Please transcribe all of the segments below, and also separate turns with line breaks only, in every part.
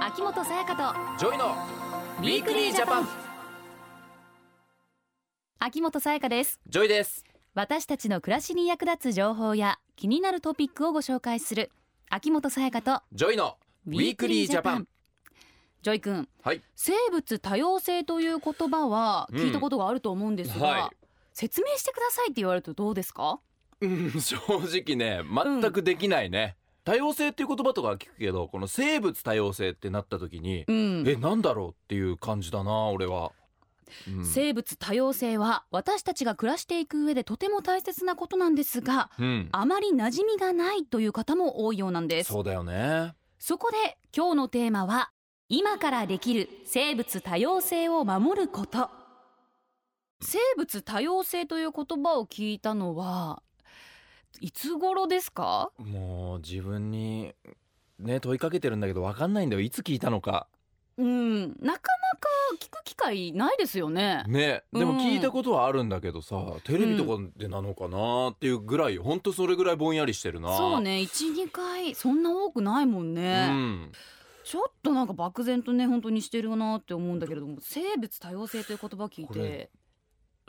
秋元才加と
ジョイのウィークリージャパン
秋元才加です
ジョイです
私たちの暮らしに役立つ情報や気になるトピックをご紹介する秋元才加と
ジョイのウィークリージャパン
ジョイ君
はい
生物多様性という言葉は聞いたことがあると思うんですが、
うんはい
説明してくださいって言われるとどうですか
うん正直ね全くできないね、多様性っていう言葉とかは聞くけどこの生物多様性ってなった時に、
うん
えなんだろうっていう感じだな俺は、うん
生物多様性は私たちが暮らしていく上でとても大切なことなんですが
うん、
あまり馴染みがないという方も多いようなんです
そうだよね
そこで今日のテーマは今からできる生物多様性を守ること生物多様性という言葉を聞いたのはいつ頃ですか
もう自分にね問いかけてるんだけどわかんないんだよいつ聞いたのか
うんなかなか聞く機会ないですよね
ねで
う
も
ん
聞いたことはあるんだけどさ、テレビとかでなのかなっていうぐらいほんとそれぐらいぼんやりしてるな
そうね12回そんな多くないもん
う
ね、
ん
ちょっとなんか漠然とね本当にしてるなって思うんだけれども生物多様性という言葉聞い
こ
て
れ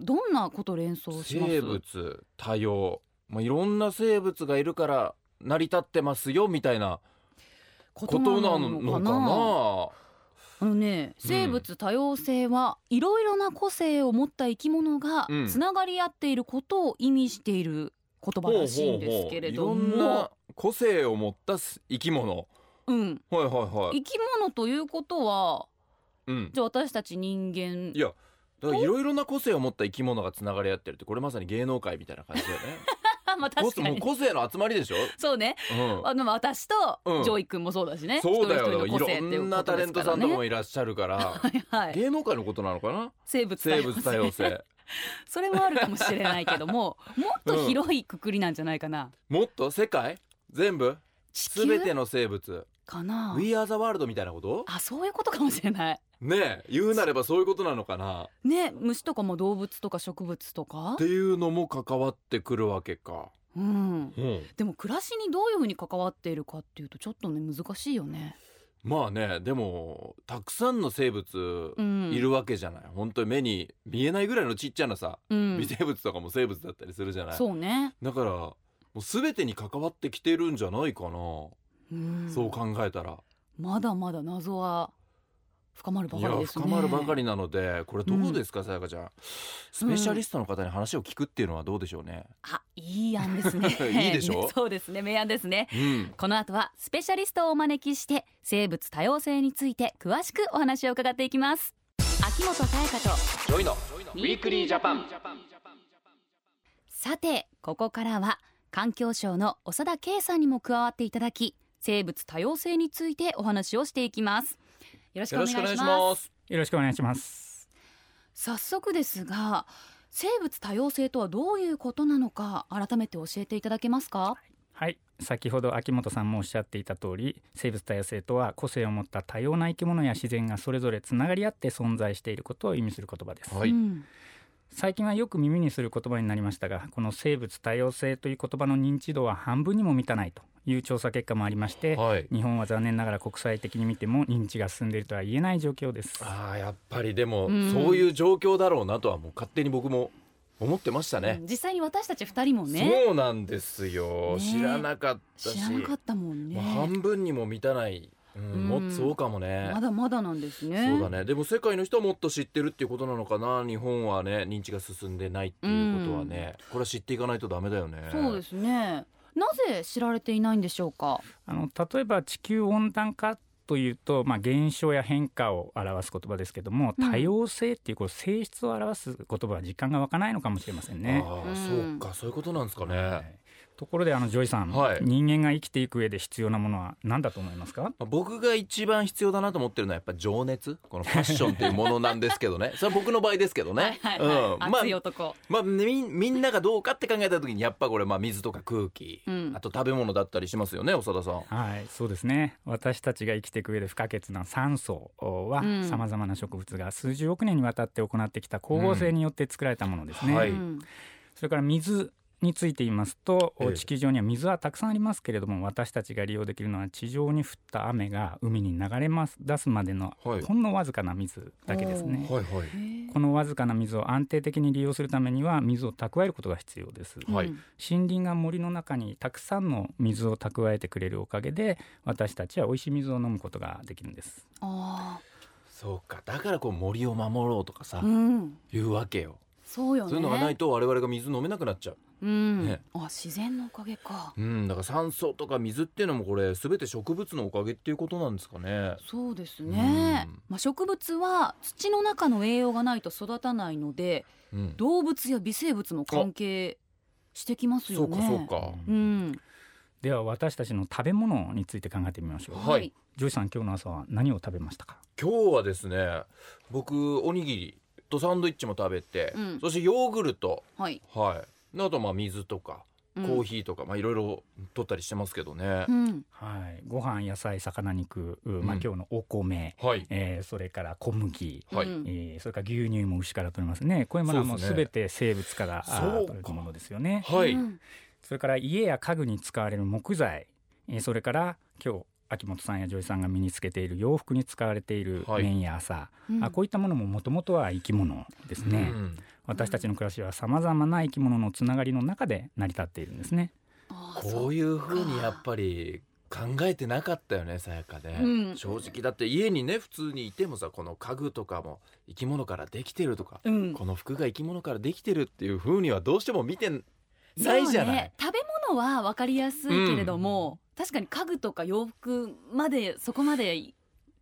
どんなことを連想します
生物多様、まあ、いろんな生物がいるから成り立ってますよみたいな
こ
ことなのかな
あのね生物多様性はいろいろな個性を持った生き物が
うん
つながり合っていることを意味している言葉らしいんですけれど
ほうほうほういろんな
も
個性を持った生き物
うん
はいはいはい
生き物ということは
うん
じゃあ私たち人間
いやだからいろいろな個性を持った生き物がつながり合ってるってこれまさに芸能界みたいな感じだよね
まあ 確
個性
か
もう
に
個性の集まりでしょ、
そうね
うん、
あの私と
うん
ジョイ君もそうだしね、
そうだ
一人
よ
一人の個性って
い
い
ろん
うこ
な
と
タ
で
レ
す
ン
か
ト
ら
さんとかも
ね
いらっしゃるから
はいはい
芸能界のことなのかな
生物多
生
様
物
性
多様性
それもあるかもしれないけど ももっと広いくくりなんじゃないかな、
もっと世界全部
地
すべて
球
の生物
かな
We are the world みたいなこと
あそういうことかもしれない
ねえ言うなればそういうことなのかなっ
ね虫とかも動物とか植物とか
て、いうのも関わってくるわけか、
うん、
うん、
でも暮らしにどういうふうに関わっているかっていうとちょっとね難しいよね。
まあねでもたくさんの生物
うん、
いるわけじゃない、本当に目に見えないぐらいのちっちゃなさ、
うん
微生物とかも生物だったりするじゃない
そうね、
だからもう全てに関わってきてるんじゃないかな、
うん、
そう考えたら
まだまだ謎は深まるば
い
か
や
りですね。
深まるばかりなのでこれどうですかさやかちゃんスペシャリストの方に話を聞くっていうのはどうでしょうね、
あいい案ですね
いいでしょ
そうですね名案ですね。
うん、
この後はスペシャリストをお招きして生物多様性について詳しくお話を伺っていきます秋元彩香と
ジョイの
ウィークリージャパンさてここからは環境省の長田圭さんにも加わっていただき生物多様性についてお話をしていきますよろしくお
よ
願
ろ
い
し
し
くお
ます
願いします
よろしくお願いします。
早速ですが生物多様性とはどういうことなのか改めて教えていただけますか
はい、先ほど秋元さんもおっしゃっていた通り、生物多様性とは個性を持った多様な生き物や自然がそれぞれつながり合って存在していることを意味する言葉です。
はい
うん
最近はよく耳にする言葉になりましたが、この生物多様性という言葉の認知度は半分にも満たないという調査結果もありまして、
はい
日本は残念ながら国際的に見ても認知が進んでいるとは言えない状況です。
あーやっぱりでも、
うん
そういう状況だろうなとはもう勝手に僕も思ってましたね、
実際に私たち二人もね
そうなんですよ、
ね
知らなかったし
知らなかったもんね、
まあ半分にも満たない、うん
うん
もっとそうかもね
まだまだなんですね
そうだねでも世界の人はもっと知ってるっていうことなのかな日本はね認知が進んでないっていうことはね、これは知っていかないとダメだよね
そうですねなぜ知られていないんでしょうか
あの例えば地球温暖化というと、まあ、現象や変化を表す言葉ですけども、
うん
多様性っていうこう性質を表す言葉は実感が湧かないのかもしれませんね。
ああ、
うん
そうかそういうことなんですかね、
はいところであのジョイさん、
はい
人間が生きていく上で必要なものは何だと思いますか
まあ僕が一番必要だなと思ってるのはやっぱ情熱このファッションっていうものなんですけどねそれは僕の場合ですけどねうんまあ
熱い男、
まあ、みみんながどうかって考えた時にやっぱこれまあ水とか空気、
うん
あと食べ物だったりしますよね長田さん。
はいそうですね私たちが生きていく上で不可欠な酸素は
うん
さまざまな植物が数十億年にわたって行ってきた光合成によって作られたものですね、
うんはい
うん
それから水について言いますと、
ええ
地球上には水はたくさんありますけれども私たちが利用できるのは地上に降った雨が海に流れます出すまでの
はい
ほんのわずかな水だけですね。
はいはい
このわずかな水を安定的に利用するためには水を蓄えることが必要です。
はい
うん
森林が森の中にたくさんの水を蓄えてくれるおかげで私たちは美味しい水を飲むことができるんです。
あ
そうかだからこう森を守ろうとかさ、
あ、うん、
いうわけよ
そうよね。
そういうのがないと我々が水飲めなくなっちゃう
うん、
ね
あ自然のおかげか。
うんだから酸素とか水っていうのもこれ全て植物のおかげっていうことなんですかね
そうですね。
うん
まあ植物は土の中の栄養がないと育たないので、
うん
動物や微生物も関係してきます
そ
よ
う
ね。
かそうか
うん。
では私たちの食べ物について考えてみましょう。
はい。
ジョイさん今日の朝は何を食べましたか。
今日はですね僕おにぎりとサンドイッチも食べて、
うん
そしてヨーグルト
はい。
はいあとまあ水とか
う
コ
ん
ーヒーとか、まあいろいろ取ったりしてますけどね
う、ん。
はい、ご飯、野菜、魚肉、うまあ
うん
今日のお米、
はい
えーそれから小麦、
はい
うん
えーそれから牛乳も牛から取れますね。こういうものはもう
そうです
す
ね
べて生物からあ
そう
ー
か
取れるものですよね。
はい、
うん
それから家や家具に使われる木材、えーそれから今日秋元さんや女医さんが身につけている洋服に使われている
はい
綿や麻、
うん
あこういったものももともとは生き物です
う
ね、
ん
私たちの暮らしはさまざまな生き物のつながりの中で成り立っているんですね
ああ
こういうふうにやっぱり考えてなかったよねさやかね、
うん
正直だって家にね普通にいてもさこの家具とかも生き物からできてるとか、
そううん。
この服が生き物からできてるっていうふうにはどうしても見てないじゃ
そう
ない、
ね、食べ物は分かりやすいけれども、確かに家具とか洋服までそこまで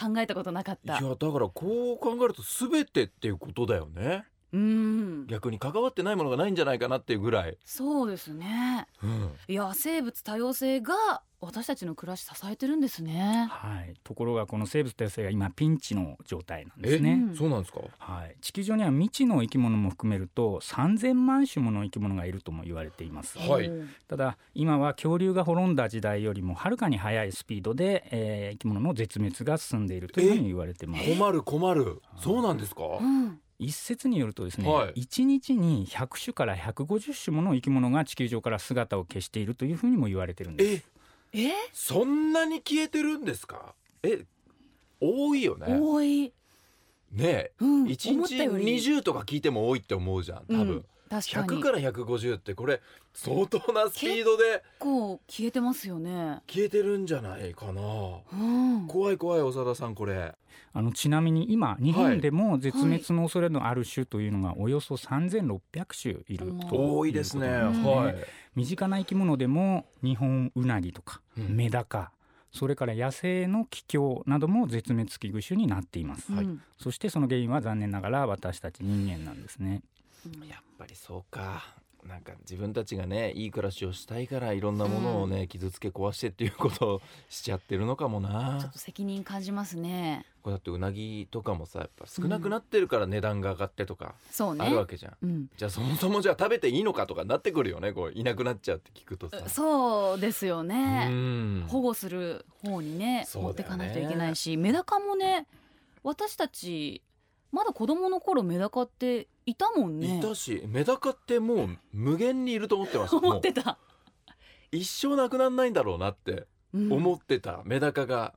考えたことなかっ
いや
た
だからこう考えると全てっていうことだよね
うん
逆に関わってないものがないんじゃないかなっていうぐらい、
そうですね
うん、
いや生物多様性が私たちの暮らし支えてるんですね
はいところがこの生物多様性が今ピンチの状態なんですね、
うん
そうなんですか
はい、地球上には未知の生き物も含めると3000万種もの生き物がいるとも言われています
はい
うん
ただ今は恐竜が滅んだ時代よりもはるかに速いスピードで、えー生き物の絶滅が進んでいるというふうに言われてます
困る困るそうなんですか
うん
一説によるとですね、
はい
1日に100種から150種もの生き物が地球上から姿を消しているというふうにも言われてるんです
え
え
そんなに消えてるんですかえ多いよね
多い、
ね
うん、
え一
思った
日
より
20とか聞いても多いって思うじゃん多
う
分
ん、確かに
100
結
から150ってこれ相当なスピードで
構消えてますよね
消えてるんじゃないかな
うん
怖い怖い長田さんこれ
あのちなみに今日本でも絶滅の恐れのある種というのがおよそ3600種いるとう
多いですね
ことなん
うん
はい
身近な生き物でも日本ウナギとか
うん
メダカ、それから野生のキキョウなども絶滅危惧種になっています、
はい
うん
そしてその原因は残念ながら私たち人間なんですね
うん
やっぱりそうかなんか自分たちがねいい暮らしをしたいからいろんなものをね、傷つけ壊してっていうことをしちゃってるのかも
ちょっ
な
と責任感じますね
これだってうなぎとかもさやっぱ少なくなってるから値段が上がってとか
そうね
あるわけじゃん、
うん
じゃあそもそもじゃあ食べていいのかとかなってくるよねこういなくなっちゃうって聞くとさ
そうですよ
う
ね。
ん
保護する方にね
そうだ
持
よね
ってかないといけないし、メダカもね私たちまだ子供の頃メダカっていたもんね。
いたしメダカってもう無限にいると思ってました
思
も
っ
う
てた。
一生なくならないんだろうなって
うん
思ってたメダカが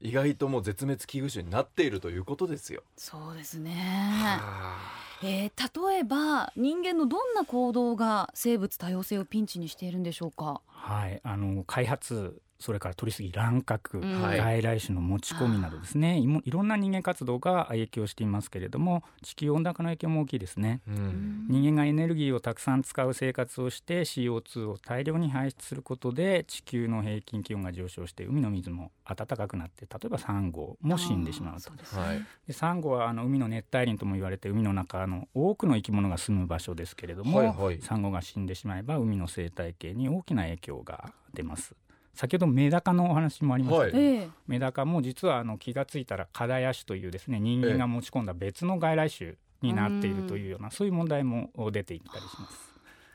意外ともう絶滅危惧種になっているということですよ。
そうです
は
ね。
あ
えー、例えば人間のどんな行動が生物多様性をピンチにしているんでしょうか。
はい、あの開発それから取り過ぎ乱獲、
うん
はい
外来種の持ち込みなどですねいもいろんな人間活動が影響していますけれども地球温暖化の影響も大きいですね
うん
うん
人間がエネルギーをたくさん使う生活をして CO2 を大量に排出することで地球の平均気温が上昇して海の水も暖かくなって例えばサンゴも死んでしまうと
あーそうですね
はい
でサンゴはあの海の熱帯林とも言われて海の中の多くの生き物が住む場所ですけれども、
はいはい
サンゴが死んでしまえば海の生態系に大きな影響が出ます先ほどメダカのお話もありました、
はい
ええ
メダカも実はあの気がついたらカダヤ種というですね人間が持ち込んだ別の外来種になっているというようなそういう問題も出ていったりします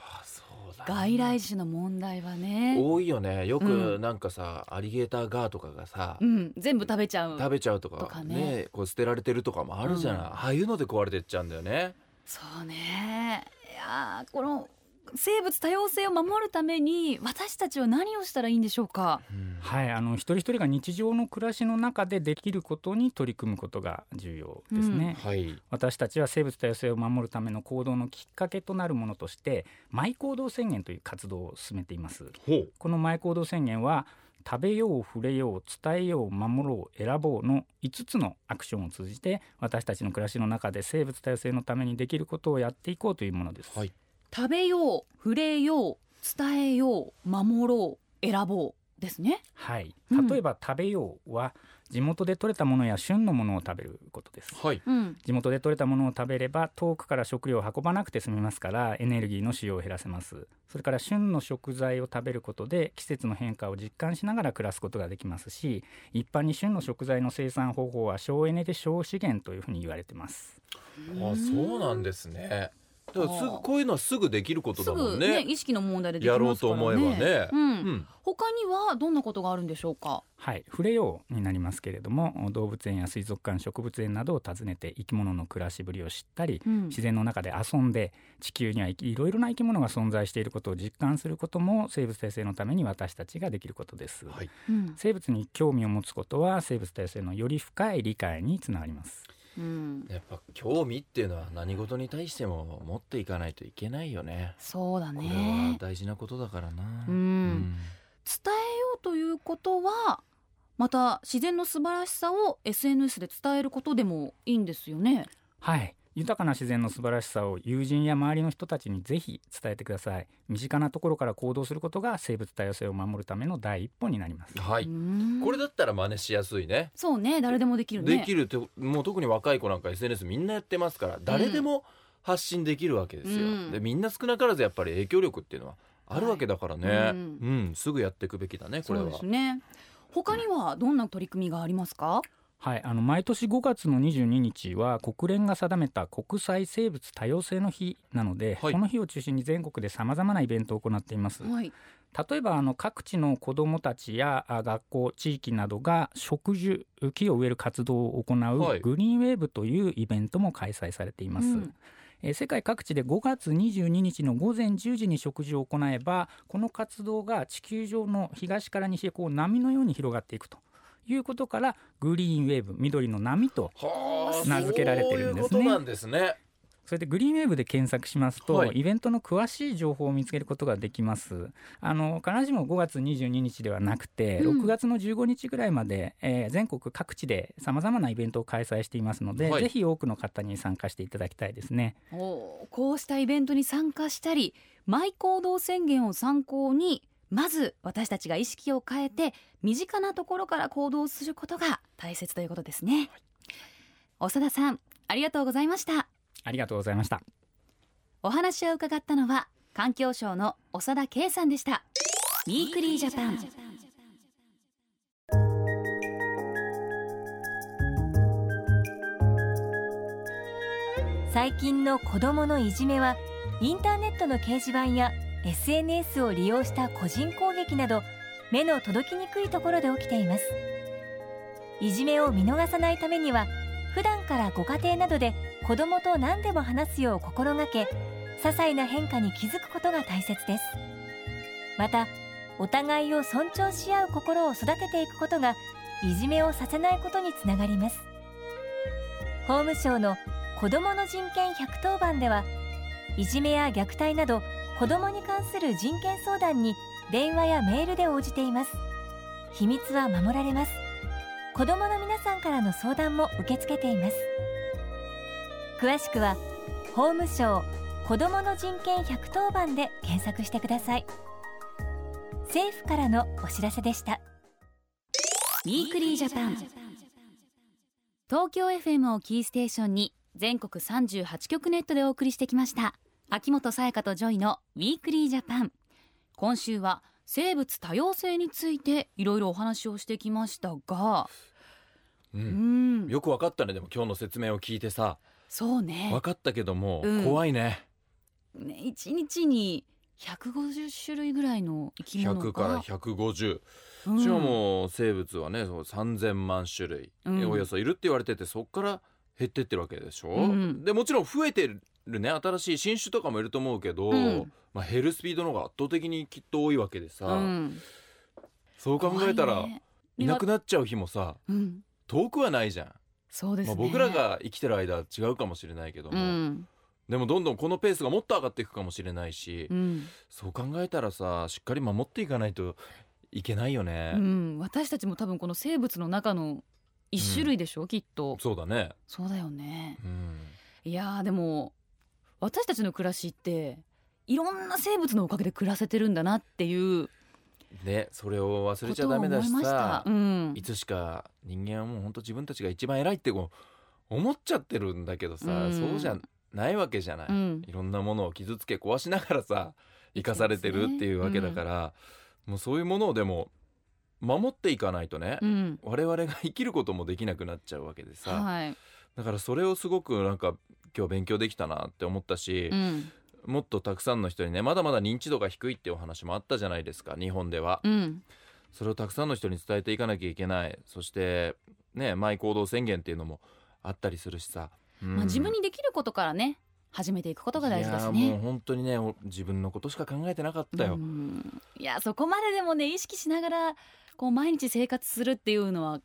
あそうだ
外来種の問題はね。
多いよねよ
う
くなんかさ、アリゲーターガーとかがさ、
うん全部食べちゃう。
食べちゃうと
と
か
かね
ねこう捨てられてるとかもあるじゃない、
うん
ああいうので壊れてっちゃうんだよね
そうねいやーこの生物多様性を守るために私たちは何をしたらいいんでしょうか
はい、あの一人一人が日常の暮らしの中でできることに取り組むことが重要ですね、
はい
私たちは生物多様性を守るための行動のきっかけとなるものとしてマイ行動宣言という活動を進めています
ほう
このマイ行動宣言は食べよう触れよう伝えよう守ろう選ぼうの5つのアクションを通じて私たちの暮らしの中で生物多様性のためにできることをやっていこうというものです、
はい
食べよう触れよう伝えよう守ろう選ぼうですね
はい
うん
例えば食べようは地元で採れたものや旬のものを食べることです
はい
うん
地元で採れたものを食べれば遠くから食料を運ばなくて済みますからエネルギーの使用を減らせますそれから旬の食材を食べることで季節の変化を実感しながら暮らすことができますし一般に旬の食材の生産方法は省エネで省資源というふうに言われてます
あそうなんですねだからすぐ
あー
こういうのはすぐできること
す
だも
ぐ
ん
ね
ね
意識の問題ででき
やろ
ま
う
すか
と
らね
思えばね
う、
うんん
他にはどんなことがあるんでしょうか
はい、触れようになりますけれども動物園や水族館植物園などを訪ねて生き物の暮らしぶりを知ったり
うん
自然の中で遊んで地球にはいいろいろな生き物が存在していることを実感することも生物多様性のために私たちができることです、
はい
うん
生物に興味を持つことは生物多様性のより深い理解につながります
うん
やっぱ興味っていうのは何事に対しても持っていかないといけないよね
そうだ
これは
ね
大事なことだからな
うん伝えようということはまた自然の素晴らしさを SNS で伝えることでもいいんですよね
はい豊かな自然の素晴らしさを友人や周りの人たちにぜひ伝えてください身近なところから行動することが生物多様性を守るための第一歩になります
は
う
い
ん
これだったら真似しやすいね
そうね誰でもできるね
できるってもう特に若い子なんか SNS みんなやってますから誰でも発信できるわけですよ、
うん
でみんな少なからずやっぱり影響力っていうのはあるわけだからね、
はい
うん
うん
すぐやっていくべきだねこれ
そう
は
ですね他にはどんな取り組みがありますか
はい、あの毎年5月の22日は国連が定めた国際生物多様性の日なので、
はい
この日を中心に全国でさまざまなイベントを行っています、
はい
例えばあの各地の子どもたちやあ学校地域などが植樹木を植える活動を行
はいう
グリーンウェーブというイベントも開催されています、
うん
えー世界各地で5月22日の午前10時に植樹を行えばこの活動が地球上の東から西へこう波のように広がっていくということからグリーンウェーブ緑の波と
はあ
名付けられてるんですね
そういうことなんですね
それでグリーンウェーブで検索しますと、
はい
イベントの詳しい情報を見つけることができますあの必ずしも5月22日ではなくて、
うん
6月の15日ぐらいまで、えー全国各地でさまざまなイベントを開催していますので、
はい
ぜひ多くの方に参加していただきたいですね
おーこうしたイベントに参加したりマイ行動宣言を参考にまず私たちが意識を変えて身近なところから行動することが大切ということですね長田さんありがとうございました
ありがとうございました
お話を伺ったのは環境省の長田圭さんでしたウィークリージャパン
最近の子どものいじめはインターネットの掲示板や SNS を利用した個人攻撃など目の届きにくいところで起きていますいじめを見逃さないためには普段からご家庭などで子どもと何でも話すよう心がけ些細な変化に気づくことが大切ですまたお互いを尊重し合う心を育てていくことがいじめをさせないことにつながります法務省の子どもの人権110番ではいじめや虐待など子どもに関する人権相談に電話やメールで応じています秘密は守られます子どもの皆さんからの相談も受け付けています詳しくは法務省子どもの人権110番で検索してください政府からのお知らせでした
ウィークリージャパン東京 FM をキーステーションに全国38局ネットでお送りしてきました秋元才加とジョイのウィークリージャパン今週は生物多様性についていろいろお話をしてきましたが
う
うんん
よくわかったねでも今日の説明を聞いてさ
そうね
わかったけども、
うん
怖いね
ね一日に150種類ぐらいの生き物が
100から150
うん
しかも生物はねそう3,000万種類、
うん
およそいるって言われててそこから減ってってるわけでしょ、
うん
でもちろん増えてるね新しい新種とかもいると思うけど、
うん
まあ、減るスピードの方が圧倒的にきっと多いわけでさ、
うん、
そう考えたら、
怖いね
いなくなっちゃう日もさ
うん、
遠くはないじゃん、
そうです
まあ、
ね、
僕らが生きてる間は違うかもしれないけど
う
も、
ん、
でもどんどんこのペースがもっと上がっていくかもしれないし、
うん
そう考えたらさしっかり守っていかないといけないよね、
うん、私たちも多分この生物の中の一種類でしょ、きっと
そうだね、
そうだよね
うん、
いやーでも私たちの暮らしっていろんな生物のおかげで暮らせてるんだなっていう
ねそれを忘れ
こ
ちゃ
とを
ダ
思
メ
い
だし
まし
さ
た、うん
い、つしか人間はもうほんと自分たちが一番偉いってこう思っちゃってるんだけどさ、
うん
そうじゃないわけじゃない、
うん
いろんなものを傷つけ壊しなが らさ生かされてるっていうわけだから、もうそういうものをでも守っていかないとね、
うん、
我々が生きることもできなくなっちゃうわけでさ、
はい、
だからそれをすごくなんか今日勉強できたなって思ったし
う、ん
もっとたくさんの人にねまだまだ認知度が低いってお話もあったじゃないですか日本では。
うん
それをたくさんの人に伝えていかなきゃいけないそしてねマイ行動宣言っていうのもあったりするしさ、うん
まあ、自分にできることからね始めていくことが大事です
いやもう
ね。
本当にねお自分のことしか考えてなかったよ、
うんいやそこまででもね意識しながらこう毎日生活するっていうのは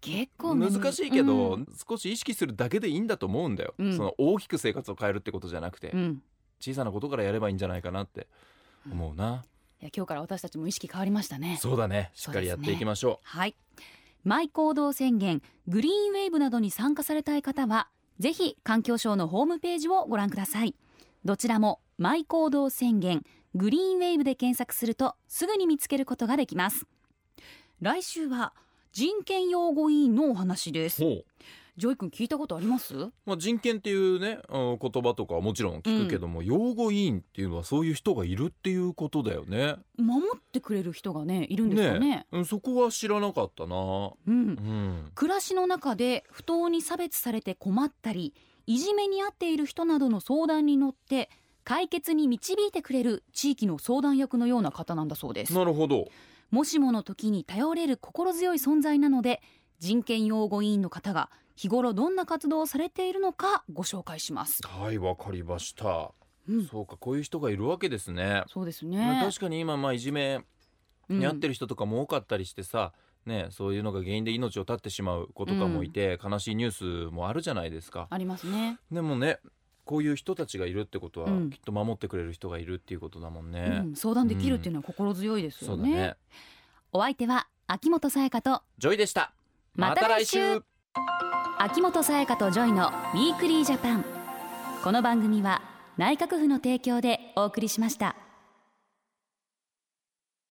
結構ね
難しいけど、
うん
少し意識するだけでいいんだと思うんだよ、
うん
その大きく生活を変えるってことじゃなくて、
うん
小さなことからやればいいんじゃないかなって思うな、
いや今日から私たちも意識変わりましたね。
そうだねし
そ
っ
うですね
かりやっていきましょ
はい。マイ行動宣言、グリーンウェーブなどに参加されたい方は、ぜひ環境省のホームページをご覧ください。どちらもマイ行動宣言、グリーンウェーブで検索するとすぐに見つけることができます。来週は人権擁護委員のお話です。
うほう
ジョイ君聞いたことあります？
まあ、人権っていうねあの言葉とかはもちろん聞くけども、擁護委員っていうのはそういう人がいるっていうことだよね。
守ってくれる人がねいるんですよね。
うんそこは知らなかった
う
な。
ん
う。ん。
暮らしの中で不当に差別されて困ったりいじめに遭っている人などの相談に乗って解決に導いてくれる地域の相談役のような方なんだそうです
なるほど。
もしもの時に頼れる心強い存在なので人権擁護委員の方が日頃どんな活動をされているのかご紹介します、
はい、わかりました。
うん、
そうか、こういう人がいるわけですね。
そうです
まあ、
ね
確かに今、まあ、いじめに遭ってる人とかも多かったりしてさ。ね、そういうのが原因で命を絶ってしまう子とかもいて、悲しいニュースもあるじゃないです
う
か
ん、。ありますね、
でもね、こういう人たちがいるってことは、
うん
きっと守ってくれる人がいるっていうことだもん
う
ね。
ん、相談できるっていうのは心強いです
そ
よ
うだ
ね,、
ね。
お相手は秋元才加と
ジョイでした。
また来週
また来週
秋元才加とジョイのウィークリージャパンこの番組は内閣府の提供でお送りしました。